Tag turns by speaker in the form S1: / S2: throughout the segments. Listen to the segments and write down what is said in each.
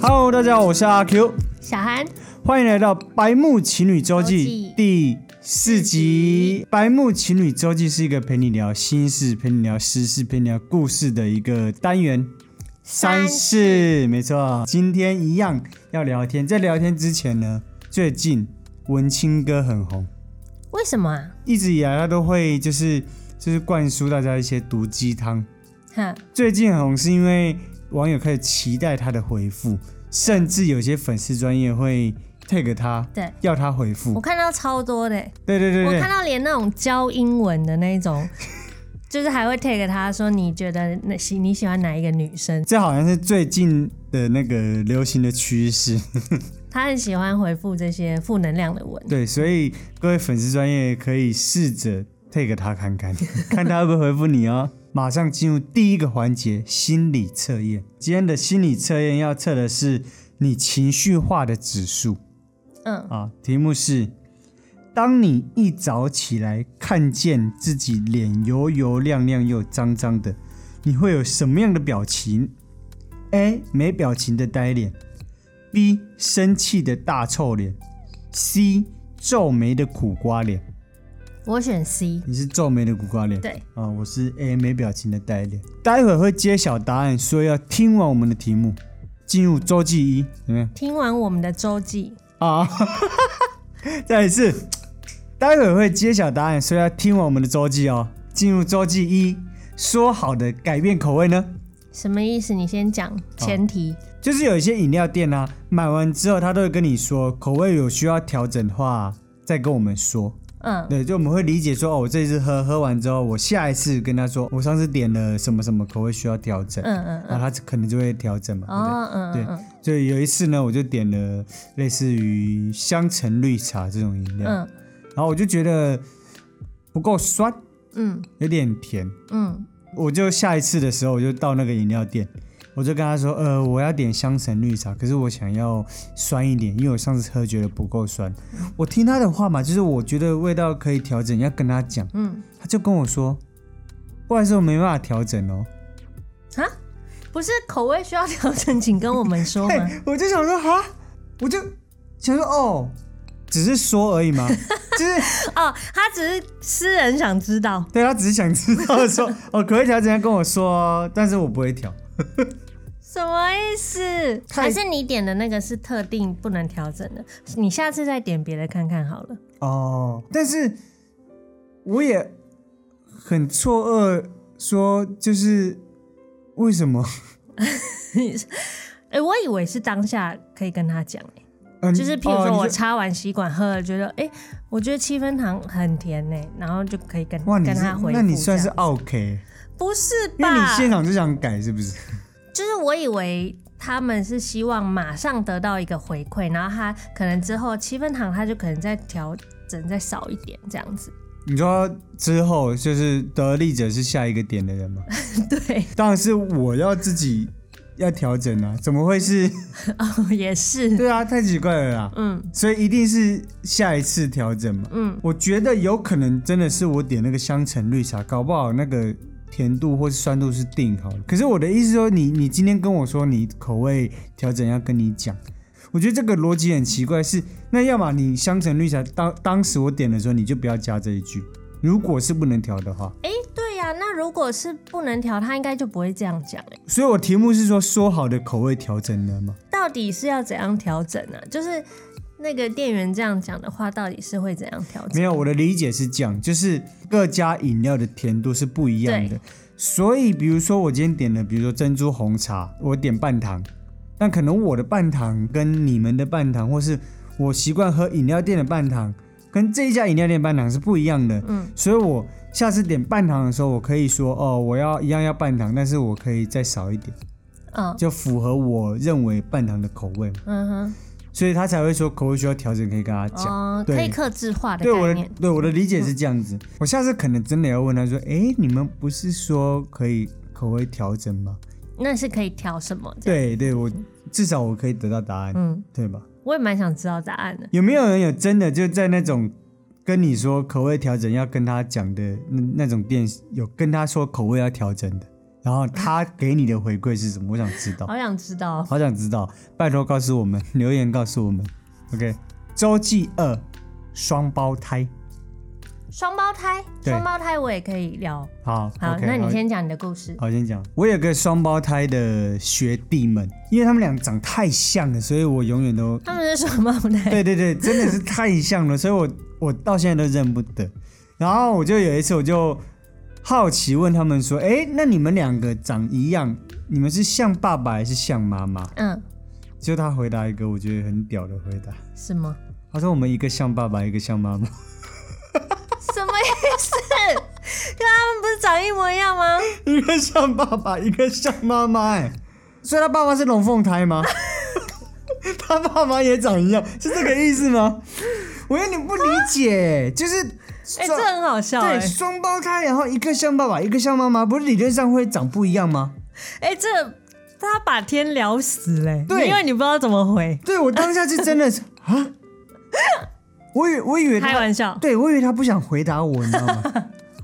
S1: Hello，大家好，我是阿 Q，
S2: 小韩，
S1: 欢迎来到《白木情侣周
S2: 周
S1: 记
S2: 记》
S1: 第四集。《白木情侣周记》是一个陪你聊心事、陪你聊私事、陪你聊故事的一个单元。三
S2: 三
S1: 事，没错。今天一样要聊天，在聊天之前呢，最近文青歌很红，
S2: 为什么啊？
S1: 一直以来他都会就是就是灌输大家一些毒鸡汤。
S2: 哈，
S1: 最近很红是因为网友开始期待他的回复，甚至有些粉丝专业会 tag 他，
S2: 对
S1: 要他回
S2: 我
S1: 复。
S2: 看到超多的欸、
S1: 对嗯对对
S2: 我
S1: 对
S2: 看，到连那种教英文的那 种，就是还会 take 他说你觉得那喜你喜欢哪一个女生？
S1: 这好像是最近的那个流行的趋势。
S2: 他很喜欢回复这些负能量的文。
S1: 对，所以各位粉丝专业可以试着 tag 他看 看，看他会不会回复你哦。马上进入第一个环节——心理测验。今天的心理测验要测的是你情绪化的指数。
S2: 嗯，
S1: 啊，题目是：当你一早起来看见自己脸油油亮亮又脏脏的，你会有什么样的表情？A. 没表情的呆脸；B. 生气的大臭脸；C. 皱眉的苦瓜脸。
S2: 我选 C。
S1: 你是皱眉的苦瓜脸。
S2: 对，
S1: 啊，我是 A 没表情的呆脸。待会儿会揭晓答案，所以要听完我们的题目，进入周记一，怎么样？
S2: 听完我们的周记，
S1: 啊， 再一次，待会儿会揭晓答案，所以要听完我们的周记哦。进入周记一，说好的改变口味呢？
S2: 什么意思？你先讲前提。
S1: 就是有一些饮料店啊，买完之后他都会跟你说，口味有需要调整的话，再跟我们说。
S2: 嗯，
S1: 对，就我们会理解说，哦，我这一次喝喝完之后，我下一次跟他说，我上次点了什么什么口味需要调整，
S2: 嗯嗯
S1: 然后他可能就会调整嘛，对不对？
S2: 哦嗯
S1: 对
S2: 嗯嗯，
S1: 所以有一次呢，我就点了类似于香橙绿茶这种饮料，
S2: 嗯
S1: 然后我就觉得不够酸，
S2: 嗯
S1: 有点甜。
S2: 嗯
S1: 我就下一次的时候，我就到那个饮料店，我就跟他说：“呃，我要点香橙绿茶，可是我想要酸一点，因为我上次喝觉得不够酸。”我听他的话嘛，就是我觉得味道可以调整，要跟他讲。
S2: 嗯，
S1: 他就跟我说：“不然说我没办法调整哦。
S2: 啊，不是口味需要调整，请跟我们说 吗？
S1: 嘿我就想说：“哈，我就想说哦，只是说而已嘛，就是
S2: 哦，他只是私人想知道。
S1: 对他只是想知道说 哦，可不可以调整？他跟我说哦，但是我不会调。”
S2: 什么意思？
S1: 太
S2: 还是你点的那个是特定不能调整的？你下次再点别的看看好了。
S1: 哦，但是我也很错愕，说就是为什么？
S2: 哎、我以为是当下可以跟他讲、欸
S1: 嗯
S2: 就是譬如说
S1: 哦
S2: 我
S1: 你就
S2: 插完吸管喝了，觉得哎、欸我觉得七分糖很甜呢、欸然后就可以跟
S1: 哇，你
S2: 跟
S1: 是
S2: 他回复这
S1: 那
S2: 样。
S1: 你算是 OK，
S2: 不是
S1: 因为你
S2: 吧？
S1: 现场就想改是不是？
S2: 就是我以为他们是希望马上得到一个回馈，然后他可能之后七分糖他就可能再调整再少一点这样子。
S1: 你说之后就是得利者是下一个点的人吗？
S2: 对，
S1: 当然是我要自己要调整啊，怎么会是？
S2: 哦，也 是，
S1: 对啊，太奇怪了啦。
S2: 嗯
S1: 所以一定是下一次调整嘛。
S2: 嗯，
S1: 我觉得有可能真的是我点那个香橙绿茶，搞不好那个甜度或是酸度是定好了。可是我的意思说你，你今天跟我说你口味调整要跟你讲，我觉得这个逻辑很奇怪是。那要么你香橙绿茶当当时我点的时候你就不要加这一句，如果是不能调的话。
S2: 哎、对呀、那如果是不能调，他应该就不会这样讲、欸。
S1: 所以我题目是说说好的口味调整了吗？
S2: 到底是要怎样调整呢、啊？就是那个店员这样讲的话，到底是会怎样调整？
S1: 没有，我的理解是这样，就是各家饮料的甜度是不一样的，所以比如说我今天点了，比如说珍珠红茶，我点半糖，但可能我的半糖跟你们的半糖，或是我习惯喝饮料店的半糖，跟这一家饮料店的半糖是不一样的，
S2: 嗯，
S1: 所以我下次点半糖的时候，我可以说哦，我要一样要半糖，但是我可以再少一点，
S2: 嗯
S1: 就符合我认为半糖的口味嘛，
S2: 嗯
S1: 所以他才会说口味需要调整，可以跟他
S2: 哼，
S1: 讲。
S2: 哦，
S1: 对
S2: 可以克制化的
S1: 对我
S2: 概
S1: 的
S2: 念。
S1: 对我的理解是这样子，我下次可能真的要问他说，哎，你们不是说可以口味调整吗？
S2: 那是可以调什么？，
S1: 对对，我至少我可以得到答案，
S2: 嗯，
S1: 对吧？
S2: 我也蛮想知道答案的。
S1: 有没有人有真的就在那种跟你说口味调整要跟他讲的那那种店，有跟他说口味要调整的，然后他给你的回馈是什么？我想知道，
S2: 好想知道。哦
S1: 好想知道，拜托告诉我们，留言告诉我们。OK，周记二，双胞胎。
S2: 双胞胎，
S1: 对
S2: 双胞胎我也可以聊。
S1: 好，
S2: 好
S1: o k
S2: 那你先讲你的故事。
S1: 好，先讲。我有个双胞胎的学弟们，因为他们俩长太像了，所以我永远都
S2: 他们是双胞胎，
S1: 对对对，真的是太像了，所以我我到现在都认不得。然后我就有一次，我就好奇问他们说：“哎，那你们两个长一样，你们是像爸爸还是像妈妈
S2: 嗯，？”
S1: 就他回答一个我觉得很屌的回答，
S2: 什么？
S1: 他说：“我们一个像爸爸，一个像妈妈。
S2: 什么意思？ 跟他们不是长一模一 样吗？
S1: 一个像爸爸，一个像妈妈。”哎， 所以他爸爸是龙凤胎吗？ 他爸妈也长一样，是这个意思吗？我有点不理解，就是
S2: 哎、这很好笑哎、
S1: 对，双胞胎，然后一个像爸爸，一个像妈妈，不是理论上会长不一样吗？
S2: 哎、这他把天聊死嘞、
S1: 对
S2: 因为你不知道怎么回，
S1: 对我当下是真 的是啊，我以我以为
S2: 开
S1: 他，
S2: 玩笑，
S1: 对我以为他不想回答我，你知道吗？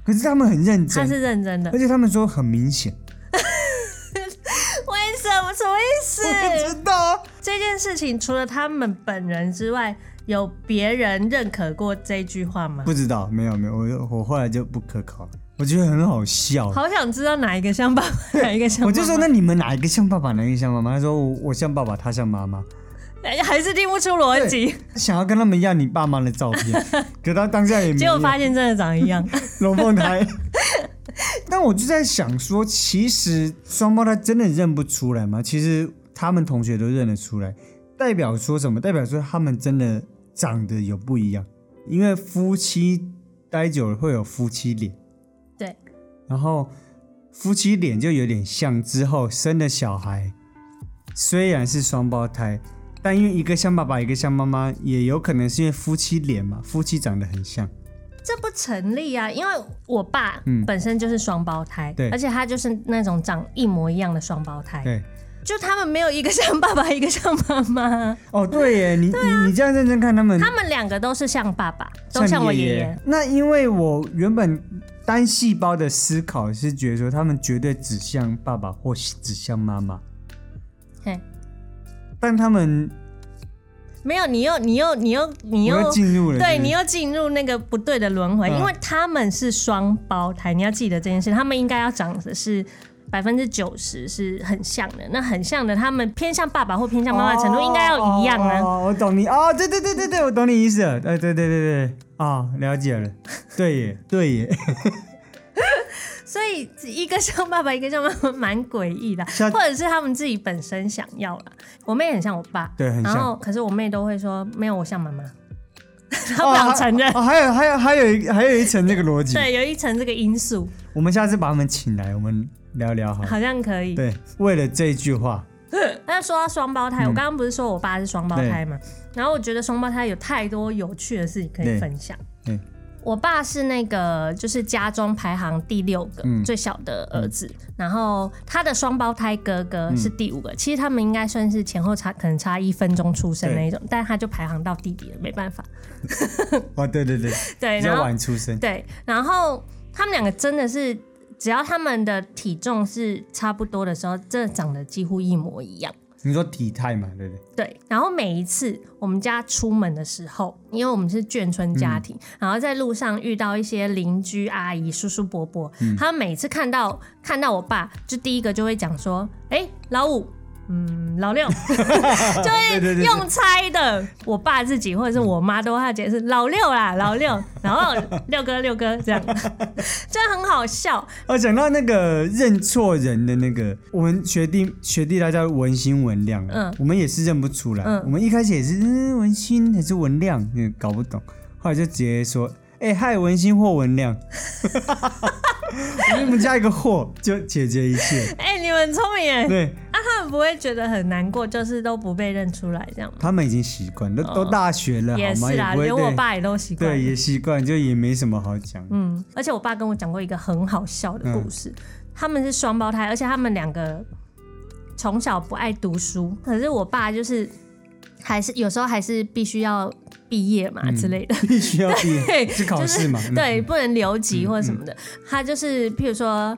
S1: 可是他们很认
S2: 他
S1: 真，
S2: 是认真的
S1: 而。且他们说很明显，
S2: 为什么？什么意思？
S1: 我知道啊，
S2: 这件事情除了他们本人之外，有别人认可过这句话吗？
S1: 不知道，没有没有，我我后来就不可考了，我觉得很好笑。
S2: 好想知道哪一个像爸爸，哪一个像妈
S1: 我
S2: 妈
S1: 就说，那你们哪一个像爸爸，哪一个像妈妈？他说我我像爸爸，他像妈妈。
S2: 哎还是听不出逻辑，
S1: 想要跟他们要你爸妈的照 片，可他当下也没有。
S2: 结果发现真的长一样。
S1: 龙凤胎。 但我就在想说，其实双胞胎真的认不出来吗？其实他们同学都认得出来，代表说什么？代表说他们真的长得有不一样，因为夫妻待久了会有夫妻脸，
S2: 对，
S1: 然后夫妻脸就有点像之后生的小孩，虽然是双胞胎。但因为一个像爸爸，一个像妈妈，也有可能是因为夫妻脸嘛，夫妻长得很像。
S2: 这不成立啊，因为我爸
S1: 嗯
S2: 本身就是双胞胎，
S1: 对
S2: 而且他就是那种长一模一样的双胞胎，
S1: 对，
S2: 就他们没有一个像爸爸，一个像妈妈，
S1: 哦，对耶，你、你你这样认真看他们，
S2: 他们两个都是像爸爸，啊都像
S1: 你
S2: 我
S1: 爷
S2: 爷爷。。
S1: 那因为我原本单细胞的思考是觉得说他们绝对指向爸爸或指向妈妈，
S2: 嘿，
S1: 但他们
S2: 没有，你又你又你又你
S1: 我
S2: 又
S1: 又进入了，
S2: 对
S1: 是不是
S2: 你又进入那个不对的轮回，
S1: 嗯
S2: 因为他们是双胞胎，你要记得这件事，他们应该要长的是。百分之九十是很像的，那很像的，他们偏向爸爸或偏向妈妈的程度应该要一样
S1: 哦
S2: 啊。
S1: 哦哦我懂你哦，对对对对对，我懂你意思了。对对对对对，哦，了解了。对耶，对耶。
S2: 所以一个像爸爸，一个像妈妈，蛮诡异的
S1: 像，
S2: 或者是他们自己本身想要啦。我妹很像我爸，
S1: 对很像
S2: 然后可是我妹都会说没有，我像妈妈，她
S1: 哦
S2: 不想承认。
S1: 哦，还有还有还有一还有一层那个逻辑。
S2: 对，有一层这个因素，
S1: 我们下次把他们请来，我们聊聊好了。
S2: 好像可以。
S1: 对，为了这句话，
S2: 那说到双胞
S1: 嗯
S2: 胎，我刚刚不是说我爸是双胞胎嘛？然后我觉得双胞胎有太多有趣的事情可以分享。
S1: 对对
S2: 我爸是那个就是家中排行第六个、
S1: 嗯
S2: 最小的儿子，然后他的双胞胎哥
S1: 嗯
S2: 哥是第五个。其实他们应该算是前后差可能差一分钟出生那一种，但他就排行到弟弟了，没办法。
S1: 哦，对对对，
S2: 对，
S1: 比较
S2: 然后
S1: 晚出生。
S2: 对，然后他们两个真的是，只要他们的体重是差不多的时候，真的长得几乎一模一样。
S1: 你说体态嘛，对不对？
S2: 对，然后每一次我们家出门的时候，因为我们是眷村家
S1: 嗯
S2: 庭，然后在路上遇到一些邻居阿姨、叔叔伯伯，
S1: 嗯
S2: 他们每次看到看到我爸，就第一个就会讲说：“哎、老五。”嗯，老六
S1: 对对
S2: 就是
S1: 对
S2: 用猜的，我爸自己或者是我妈都会解释老六啦，老六，然后六哥六哥这样， 真的很好笑。
S1: 哦，讲到那个认错人的那个，我们学弟学弟大家文心文亮，嗯
S2: 嗯，
S1: 我们也是认不出来，
S2: 嗯
S1: 我们一开始也是嗯文心还是文亮，嗯搞不懂，后来就直接说，哎、嗨文心或文亮，我给你们加一个或就解决一 切。
S2: 哎、你们很聪明耶，啊
S1: 对
S2: 他们不会觉得很难过，就是都不被认出来这样吗？
S1: 他们已经习惯，都、都大学了，
S2: 哦也
S1: 好吗？
S2: 是啦，
S1: 不会
S2: 连我
S1: 对
S2: 爸也都习惯。
S1: 对也习惯，就也没什么好讲。
S2: 嗯，而且我爸跟我讲过一个很好笑的故
S1: 嗯
S2: 事，他们是双胞胎，而且他们两个从小不爱读书，可是我爸就是还是有时候还是必须要毕业嘛之类的。
S1: 必须要毕业
S2: 对
S1: 嗯去考试嘛，嗯嗯
S2: 对，不能留级或者什么的。他就是，譬如说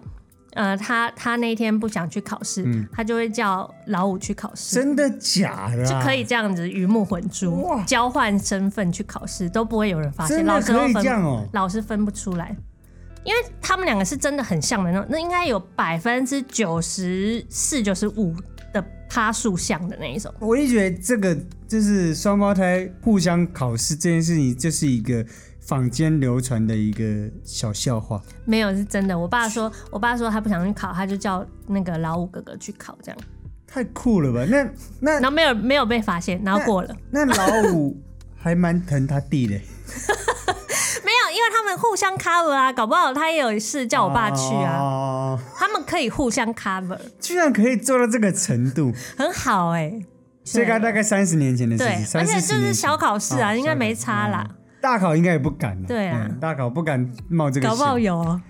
S2: 呃，他他那天不想去考试，
S1: 嗯
S2: 他就会叫老五去考试，
S1: 真的假的、
S2: 就
S1: 啊？
S2: 可以这样子鱼目混珠
S1: 哇，
S2: 交换身份去考试都不会有人发现，
S1: 真的
S2: 老师都
S1: 可以
S2: 分
S1: 这样哦
S2: 老师分不出来，因为他们两个是真的很像的那种，那应该有百分之九十四、九十五的趴数像的那一种。
S1: 我一直觉得这个就是双胞胎互相考试这件事情，就是一个坊间流传的一个小笑话。
S2: 没有是真的。我爸说，我爸说他不想去考，他就叫那个老五哥哥去考，这样，
S1: 太酷了吧？那那
S2: 然后没有没有被发现，然后过了。
S1: 那老五还蛮疼他弟的，
S2: 没有，因为他们互相 cover 啊，搞不好他也有事叫我爸去啊，
S1: 哦
S2: 他们可以互相 cover，
S1: 居然可以做到这个程度，
S2: 很好哎、欸。
S1: 这个大概三十年前的事
S2: 对
S1: 情，，三
S2: 而且
S1: 四十
S2: 就
S1: 年前
S2: 是小考试啊，
S1: 哦
S2: 应该没差啦，
S1: 大考应该也不敢了，
S2: 对啊
S1: 嗯大考哦不敢冒这个
S2: 搞不好
S1: 险，
S2: 有 哦，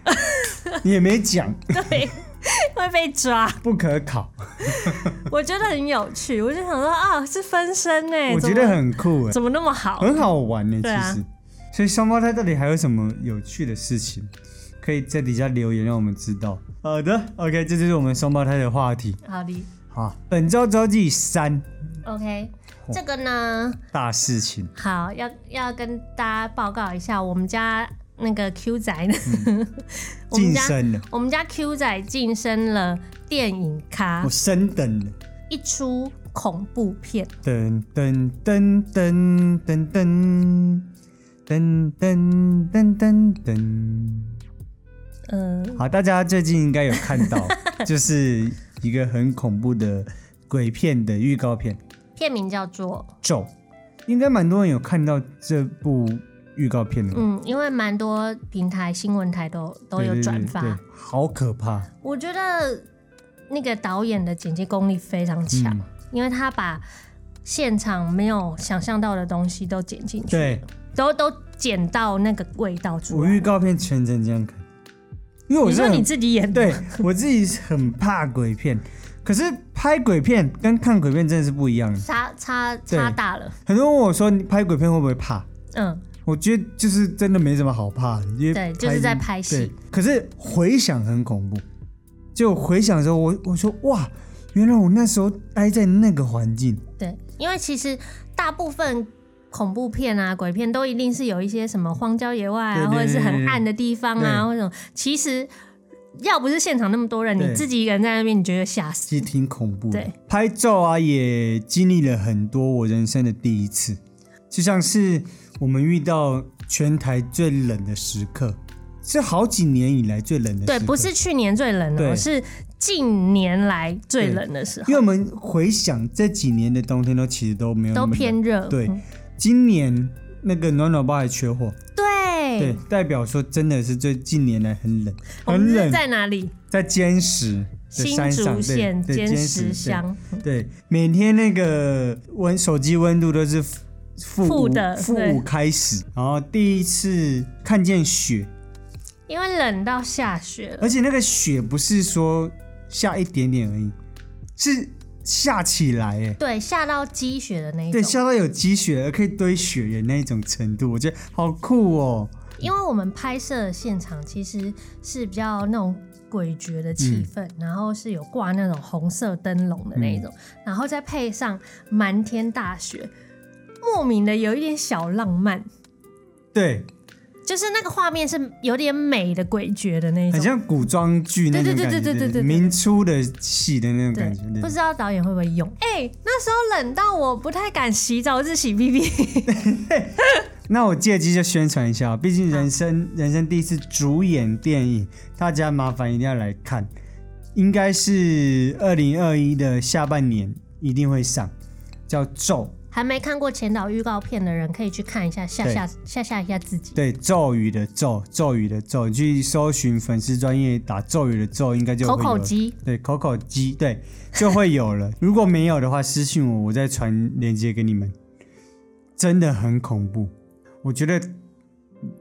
S1: 你也没讲，
S2: 对，会被抓。
S1: 不可考，
S2: 我觉得很有趣，我就想说啊，是分身 哎、
S1: 我觉得很酷哎，
S2: 怎么怎么那么好？
S1: 很好玩呢，
S2: 对啊
S1: 其实。所以双胞胎到底还有什么有趣的事情，可以在底下留言让我们知道。好的，OK，这就是我们双胞胎的话题。
S2: 好的
S1: 好，本周周记三
S2: ，OK，这
S1: 哦
S2: 个呢，
S1: 大事情。
S2: 好，要要跟大家报告一下，我们家那个 Q 仔呢， 我
S1: 嗯
S2: 们
S1: 晋
S2: 家
S1: 升了，
S2: 我们家 Q 仔晋升了电影咖
S1: 我，升等了，
S2: 一出恐怖片，
S1: 噔噔噔噔噔噔噔噔噔噔噔。
S2: 嗯、
S1: 好，大家最近应该有看 到，就是一个很恐怖的鬼片的预告片《
S2: 片名叫做
S1: 咒》，应该蛮多人有看到这部预告片的吧。
S2: 嗯，因为蛮多平台新闻台都都
S1: 对
S2: 有
S1: 对对
S2: 转发，
S1: 对好可怕！
S2: 我觉得那个导演的剪辑功力非常
S1: 嗯
S2: 强，因为他把现场没有想象到的东西都剪进去，
S1: 对
S2: 都都剪到那个味道出
S1: 我
S2: 来。
S1: 预告片全程这样看，因为我
S2: 你
S1: 是
S2: 说
S1: 很
S2: 你自己演的
S1: 对我自己很怕鬼片，可是拍鬼片跟看鬼片真的是不一样的。
S2: 差差差大了，
S1: 很多人问我说，你拍鬼片会不会怕？
S2: 嗯，
S1: 我觉得就是真的没什么好怕的，因为
S2: 对就是在拍戏
S1: 对。可是回想很恐怖，就回想的时候，我我说哇，原来我那时候待在那个环境，
S2: 对，因为其实大部分恐怖片啊、鬼片都一定是有一些什么荒郊野外
S1: 对
S2: 啊，
S1: 对对
S2: 或者是很暗的地方
S1: 对
S2: 啊，或者什么其实要不是现场那么多人，
S1: 对
S2: 你自己一个人在那边，你觉得吓死
S1: 其？实挺恐怖的
S2: 对。
S1: 拍照啊，也经历了很多我人生的第一次，就像是我们遇到全台最冷的时刻，是好几年以来最冷的时刻。
S2: 对，不是去年最冷哦、
S1: 对
S2: 是近年来最冷的时
S1: 因
S2: 候，
S1: 为我们回想这几年的冬天都其实都没有那
S2: 都
S1: 么冷
S2: 偏热。
S1: 对
S2: 嗯，
S1: 今年那个暖暖包还缺货，
S2: 对，
S1: 对，代表说真的是最近年来很冷，
S2: 我们
S1: 很
S2: 是
S1: 冷，
S2: 在哪里？
S1: 在坚石的
S2: 新
S1: 山上，
S2: 竹县
S1: 对对，坚
S2: 坚石
S1: 石
S2: 乡，
S1: 对，对，每天那个温手机温度都是负
S2: 负
S1: 负五
S2: 的
S1: 负
S2: 对
S1: 五开始，然后第一次看见雪，
S2: 因为冷到下雪了。
S1: 而且那个雪不是说下一点点而已，是下起来哎。
S2: 对，下到积雪的那一种。
S1: 对，下到有积雪，可以堆雪人那一种程度，我觉得好酷哦。
S2: 因为我们拍摄的现场其实是比较那种诡谲的
S1: 嗯
S2: 气氛，然后是有挂那种红色灯笼的那一种，
S1: 嗯
S2: 然后再配上满天大雪，莫名的有一点小浪漫，
S1: 对，
S2: 就是那个画面是有点美的诡谲的那一
S1: 很
S2: 种。
S1: 像古装剧那种
S2: 对
S1: 感觉，
S2: 对对对对对对对
S1: 明初的戏的那种
S2: 对
S1: 感觉。，对
S2: 不知道导演会不会用？哎、那时候冷到我不太敢洗澡，我只洗屁 屁。
S1: 那我借机就宣传一下，啊毕竟人生人生第一次主演电影，大家麻烦一定要来看，应该是二零二一的下半年一定会上，叫《咒》。
S2: 还没看过前导预告片的人，可以去看一下，吓吓吓吓一下自己。
S1: 对，咒语的咒，咒语的咒，你去搜寻粉丝专业打咒语的咒，应该就会
S2: 口
S1: 有
S2: 口鸡，
S1: 对，口口鸡，对，就会有了。 如果没有的话，私信我，我再传链接给你们。真的很恐怖，我觉得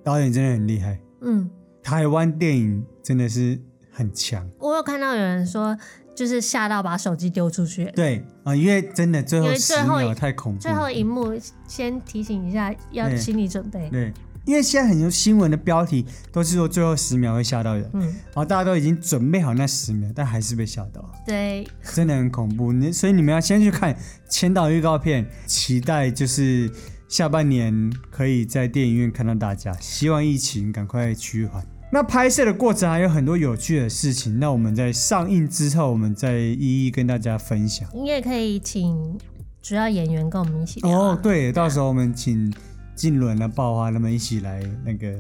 S1: 导演真的很厉害，
S2: 嗯，
S1: 台湾电影真的是很强。
S2: 我有看到有人说，就是吓到把手机丢出去。
S1: 对啊、因为真的最
S2: 因
S1: 后
S2: 为
S1: 十
S2: 最后
S1: 秒
S2: 一
S1: 太恐怖
S2: 最
S1: 了。
S2: 后一幕，先提醒一下，要
S1: 对
S2: 心理准备。
S1: 对，因为现在很多新闻的标题都是说最后十秒会吓到人，
S2: 嗯
S1: 然后大家都已经准备好那十秒，但还是被吓到，
S2: 对，
S1: 真的很恐怖。你所以你们要先去看千岛预告片，期待就是下半年可以在电影院看到大家，希望疫情赶快趋缓。那拍摄的过程还有很多有趣的事情，那我们在上映之后，我们再一一跟大家分享。
S2: 你也可以请主要演员跟我们一起聊、啊。
S1: 哦，对，到时候我们请静伦啊、爆花他们一起来那个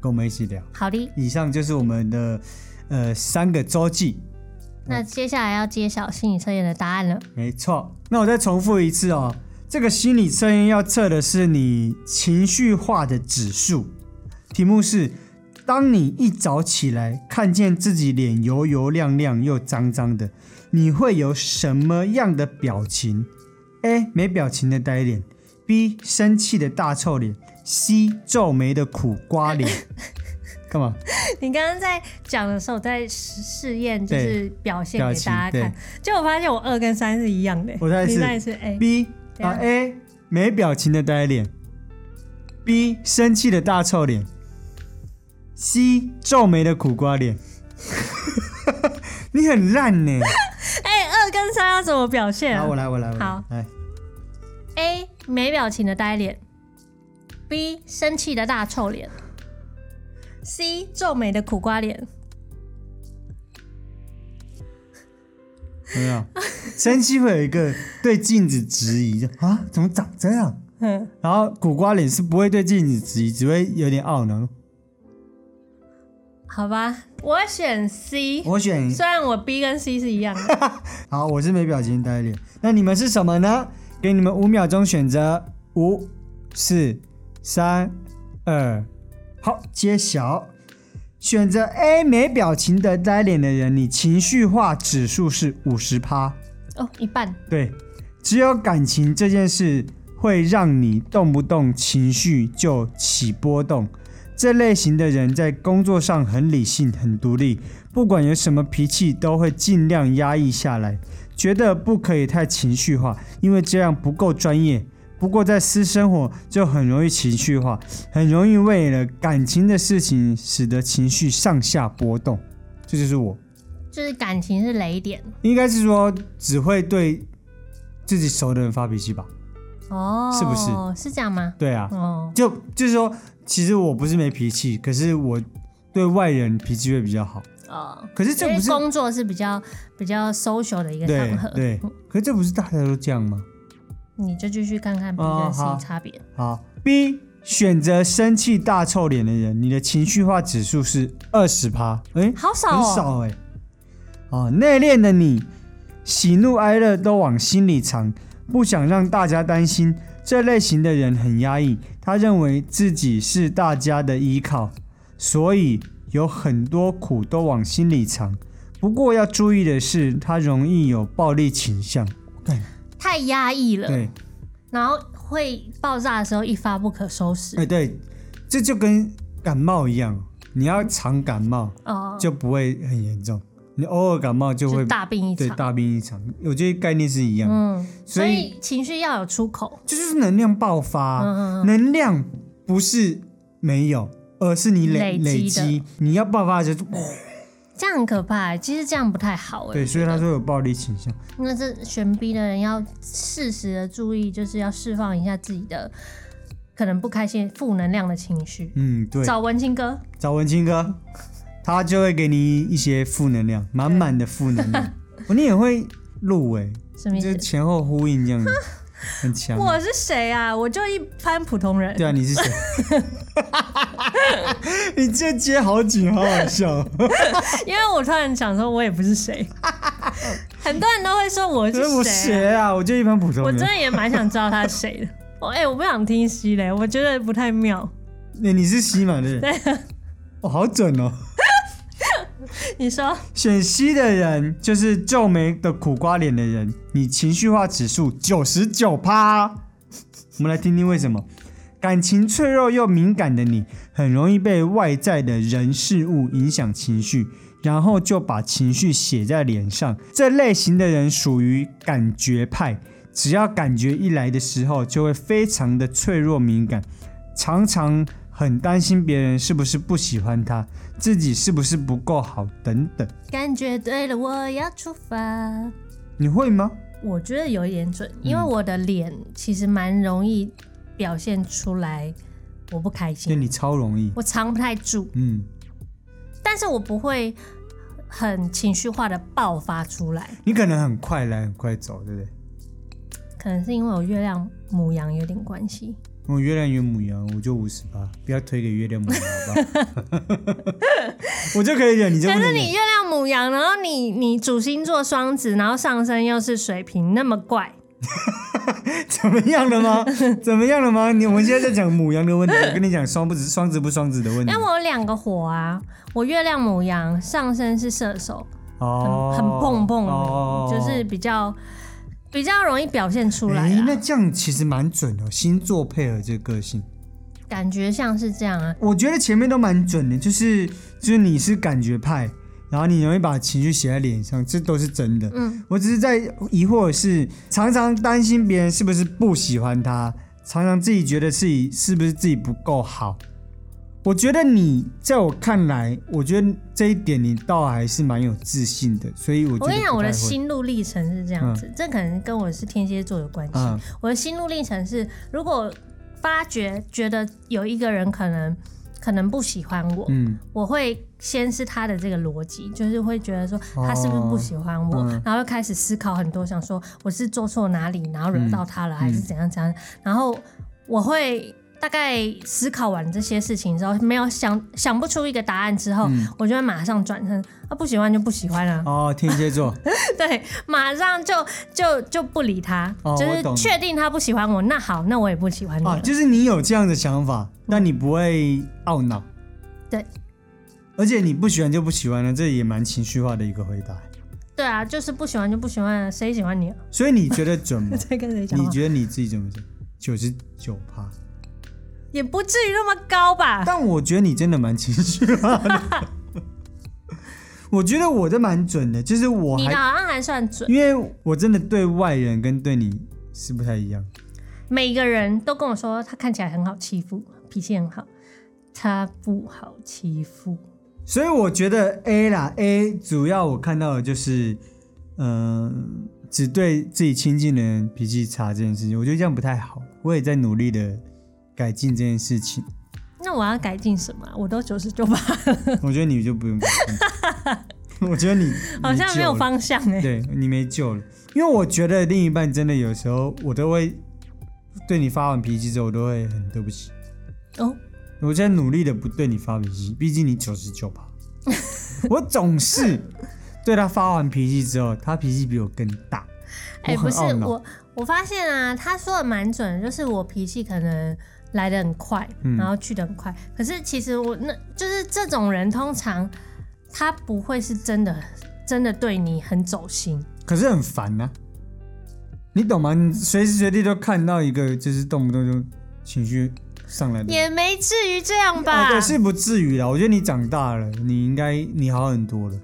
S1: 跟我们一起聊。
S2: 好的，
S1: 以上就是我们的呃三个周记，
S2: 那接下来要揭晓心理测验的答案了。
S1: 没错。那我再重复一次哦，这个心理测验要测的是你情绪化的指数，题目是：当你一早起来看见自己脸油油亮亮又脏脏的，你会有什么样的表情？A. 没表情的呆脸，B. 生气的大臭脸，C. 皱眉的苦瓜脸。干嘛？
S2: 你刚刚在讲的时候，我在试试验，就是表现
S1: 表
S2: 给
S1: 情
S2: 大家看
S1: 对，
S2: 结果我发现我二跟三是一样的、
S1: 我再一次
S2: 你再一次，哎、
S1: B
S2: 怎
S1: 啊
S2: 样
S1: A 没表情的呆脸，B 生气的大臭脸，C 皱眉的苦瓜脸。 你很烂呢、
S2: 哎、二跟三要怎么表现、啊？
S1: 好，我来，我来，我来
S2: 好
S1: 来
S2: A 没表情的呆脸，B 生气的大臭脸，C 皱眉的苦瓜脸。
S1: 有没有？生气会有一个对镜子质疑，就啊，怎么长这样？
S2: 嗯，
S1: 然后苦瓜脸是不会对镜子质疑，只会有点懊恼。
S2: 好吧，我选 C。
S1: 我选
S2: 虽然我 B 跟 C 是一 样的，
S1: 好，我是没表情呆脸。那你们是什么呢？给你们五秒钟选择，五、四、三、二。好，揭晓。选择 A 没表情的呆脸的人，你情绪化指数是五十趴。
S2: 哦，一半。
S1: 对，只有感情这件事会让你动不动情绪就起波动。这类型的人在工作上很理性、很独立，不管有什么脾气都会尽量压抑下来，觉得不可以太情绪化，因为这样不够专业。不过在私生活就很容易情绪化，很容易为了感情的事情使得情绪上下波动。这就是我。
S2: 就是感情是雷点
S1: 应该是说只会对自己熟的人发脾气吧？
S2: 哦，
S1: 是不是？
S2: 是这样吗？
S1: 对啊，
S2: 哦，
S1: 就就是说，其实我不是没脾气，可是我对外人脾气会比较好。
S2: 哦，
S1: 可是这不
S2: 因为
S1: 是
S2: 工作是比较比较 social 的一个
S1: 对
S2: 场合，
S1: 对，可是这不是大家都这样吗？
S2: 你就继续看看 B
S1: 哦
S2: 跟
S1: 好
S2: C 差别。
S1: 好，B 选择生气大臭脸的人，你的情绪化指数是二十趴，哎、
S2: 好少
S1: 很
S2: 哦，
S1: 少哎、哦，内敛的你，喜怒哀乐都往心里藏，不想让大家担心。这类型的人很压抑，他认为自己是大家的依靠，所以有很多苦都往心里藏。不过要注意的是，他容易有暴力倾向。
S2: 太压抑了，
S1: 对，
S2: 然后会爆炸的时候一发不可收拾
S1: 哎、。对，这就跟感冒一样，你要常感冒
S2: 哦，
S1: 就不会很严重，你偶尔感冒就会
S2: 就大病一
S1: 对
S2: 场。
S1: 大病一场。我觉得概念是一样的。
S2: 嗯，
S1: 所
S2: 所
S1: 以
S2: 以情绪要有出口。
S1: 这就是能量爆发。
S2: 嗯嗯嗯，
S1: 能量不是没有，而是你累累
S2: 累积的嗯
S1: 积，你要爆发就是、哇
S2: 这样很可怕欸，其实这样不太好哎
S1: 对，。所以他说有暴力倾向。
S2: 那这选 B 的人要适时的注意，就是要释放一下自己的可能不开心、负能量的情绪。
S1: 嗯，对，
S2: 找文青哥，
S1: 找文清哥，他就会给你一些负能量，满满的负能 量。哦你也会录哎、
S2: 什么意
S1: 就
S2: 思？
S1: 前后呼应这样子，很强。
S2: 我是谁啊？我就一般普通人。
S1: 对啊，你是谁？ 你这接好紧，好好笑。
S2: 因为我突然想说，我也不是谁，很多人都会说我是
S1: 我
S2: 谁啊、
S1: 谁啊？我就一般普
S2: 我
S1: 通
S2: 真
S1: 人。
S2: 的也蛮想知道他是谁的。我哎、我不想听西嘞，我觉得不太妙。
S1: 你你是西马的人，
S2: 对，
S1: 哦，好准哦。
S2: 你说
S1: 选 C 的人就是皱眉的苦瓜脸的人，你情绪化指数九十九趴。我们来听听为什么。感情脆弱又敏感的你，很容易被外在的人事物影响情绪，然后就把情绪写在脸上。这类型的人属于感觉派，只要感觉一来的时候，就会非常的脆弱敏感，常常很担心别人是不是不喜欢他，自己是不是不够好等等。
S2: 感觉对了，我要出发。
S1: 你会吗？
S2: 我觉得有一点准，因为我的脸其实蛮容易表现出来我不开
S1: 就
S2: 心，
S1: 你超容易，
S2: 我藏不太住，
S1: 嗯，
S2: 但是我不会很情绪化的爆发出来，
S1: 你可能很快来很快走，对不对？
S2: 可能是因为我月亮母羊有点关系。
S1: 我月亮有母羊，我就五十八，不要推给月亮母羊，好 吧？我就可以忍，你就
S2: 可
S1: 不
S2: 是
S1: 能
S2: 哎你
S1: 忍。
S2: 月亮母羊，然后你你主星座双子，然后上升又是水瓶，那么怪，
S1: 怎么样了吗？怎么样了吗？你我们现在在讲母羊的问题，我跟你讲双不子双子不双子的问题
S2: 因为。我有两个火啊，我月亮母羊，上升是射手，很、
S1: 哦，
S2: 很蹦蹦的，
S1: 哦
S2: 就是比较比较容易表现出来
S1: 哎，
S2: 啦
S1: 那这样其实蛮准的，星座配合这个个性，
S2: 感觉像是这样啊。
S1: 我觉得前面都蛮准的，就是就是你是感觉派，然后你容易把情绪写在脸上，这都是真的。
S2: 嗯，
S1: 我只是在疑惑的是，常常担心别人是不是不喜欢他，常常自己觉得自己是不是自己不够好。我觉得你在我看来，我觉得这一点你倒还是蛮有自信的，所以我觉得
S2: 我跟你讲，
S1: 不
S2: 我
S1: 太
S2: 的
S1: 会
S2: 心路历程是这样子，这可能跟我是天蝎座有关系。
S1: 嗯
S2: 我的心路历程是，如果发觉觉得有一个人可能可能不喜欢我，
S1: 嗯
S2: 我会先是他的这个逻辑，就是会觉得说他是不是不喜欢我，
S1: 哦嗯
S2: 然后开始思考很多，想说我是做错哪里，然后惹到他了，还是怎样怎样，
S1: 嗯
S2: 然后我会。大概思考完这些事情之后，没有想想不出一个答案之后，我就会马上转身，啊，不喜欢就不喜欢啊，
S1: 嗯哦，天蝎座
S2: 对，马上就就就不理他，
S1: 哦
S2: 就
S1: 我懂
S2: 是确定他不喜欢我，那好，那我也不喜欢你了。
S1: 啊，就是你有这样的想法，但你不会懊恼，
S2: 对，
S1: 而且你不喜欢就不喜欢了，这也蛮情绪化的一个回答。
S2: 对啊，就是不喜欢就不喜欢，谁喜欢你、啊？？
S1: 所以你觉得准吗
S2: 在跟谁讲
S1: 你
S2: 话？啊
S1: 觉得你自己怎么准？九十九趴。
S2: 也不至于那么高吧？
S1: 但我觉得你真的蛮情绪化的。 我觉得我的蛮准的，就是我
S2: 你的
S1: 还
S2: 好像还算准，
S1: 因为我真的对外人跟对你是不太一样。
S2: 每个人都跟我说他看起来很好欺负，脾气很好，他不好欺负。
S1: 所以我觉得 A 啦，A 主要我看到的就是，嗯、只对自己亲近的人脾气差这件事情，我觉得这样不太好。我也在努力的改进这件事情。
S2: 那我要改进什么啊？我都九十九吧，
S1: 我觉得你就不 用改进，我觉得你
S2: 好像没有，方向哎、
S1: 你救了对你没救了。因为我觉得另一半真的有时候我都会对你发完脾气之后，我都会 很对不起。
S2: 哦，
S1: 我在努力的不对你发脾气，毕竟你九十九吧。我总是对他发完脾气之后，他脾气比我更大。
S2: 哎、
S1: 我
S2: 不
S1: 很
S2: 是
S1: 懊恼
S2: 我，我发现啊，他说的蛮准的，就是我脾气可能来的很快，
S1: 嗯
S2: 然后去的很快。可是其实我那就是这种人，通常他不会是真的真的对你很走心。
S1: 可是很烦呐、你懂吗？你随时随地都看到一个就是动不动就情绪上来的人。
S2: 也没至于这样
S1: 啊，
S2: 吧？
S1: 对，是不至于啦。我觉得你长大了，你应该你好很多了。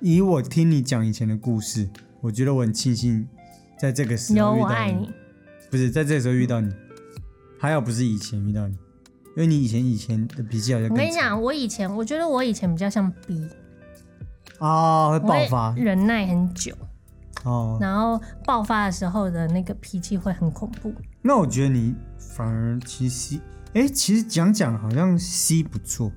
S1: 以我听你讲以前的故事，我觉得我很庆幸在这个时
S2: 有
S1: 候遇
S2: 我
S1: 到
S2: 爱
S1: 你
S2: 你，
S1: 不是在这个时候遇到你，还好不是以前遇到你，因为你以前以前的脾气好像
S2: 我
S1: 更
S2: 跟你
S1: 差
S2: 讲，我以前我觉得我以前比较像 B，
S1: 啊，会
S2: 我
S1: 爆
S2: 会嗯
S1: 发
S2: 忍耐很久，
S1: 哦。
S2: 然后爆发的时候的那个脾气会很恐怖。
S1: 那我觉得你反而其实，哎，其实讲讲好像 C 不错，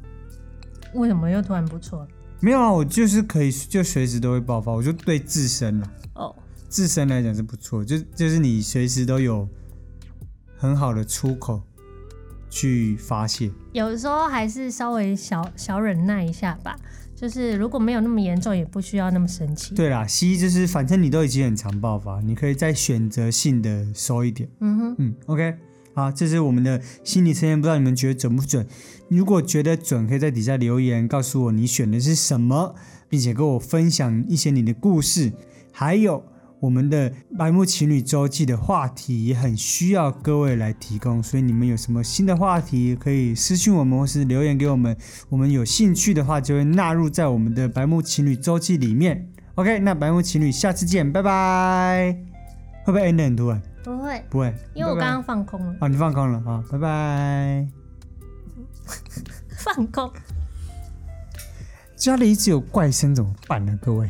S2: 为什么又突然不错？
S1: 没有啊，我就是可以就随时都会爆发，我就对自身了，
S2: 哦，
S1: 自身来讲是不错，就就是你随时都有很好的出口去发泄。
S2: 有时候还是稍微小小忍耐一下吧。就是如果没有那么严重，也不需要那么生气。
S1: 对啦，C 就是反正你都已经很常爆发，你可以再选择性的收一点。
S2: 嗯哼，
S1: 嗯，OK，好，这是我们的心理测验，不知道你们觉得准不准？如果觉得准，可以在底下留言告诉我你选的是什么，并且跟我分享一些你的故事。还有我们的白木情侣周记的话题也很需要各位来提供，所以你们有什么新的话题可以私信我们，或是留言给我们，我们有兴趣的话就会纳入在我们的白木情侣周记里面。OK，那白木情侣下次见，拜拜。会不会 end 得很突然？
S2: 不会，
S1: 不会，
S2: 因为我
S1: 拜拜
S2: 刚刚放空了。
S1: 哦，你放空了啊，拜拜。
S2: 放空。
S1: 家里一直有怪声怎么办呢？各位，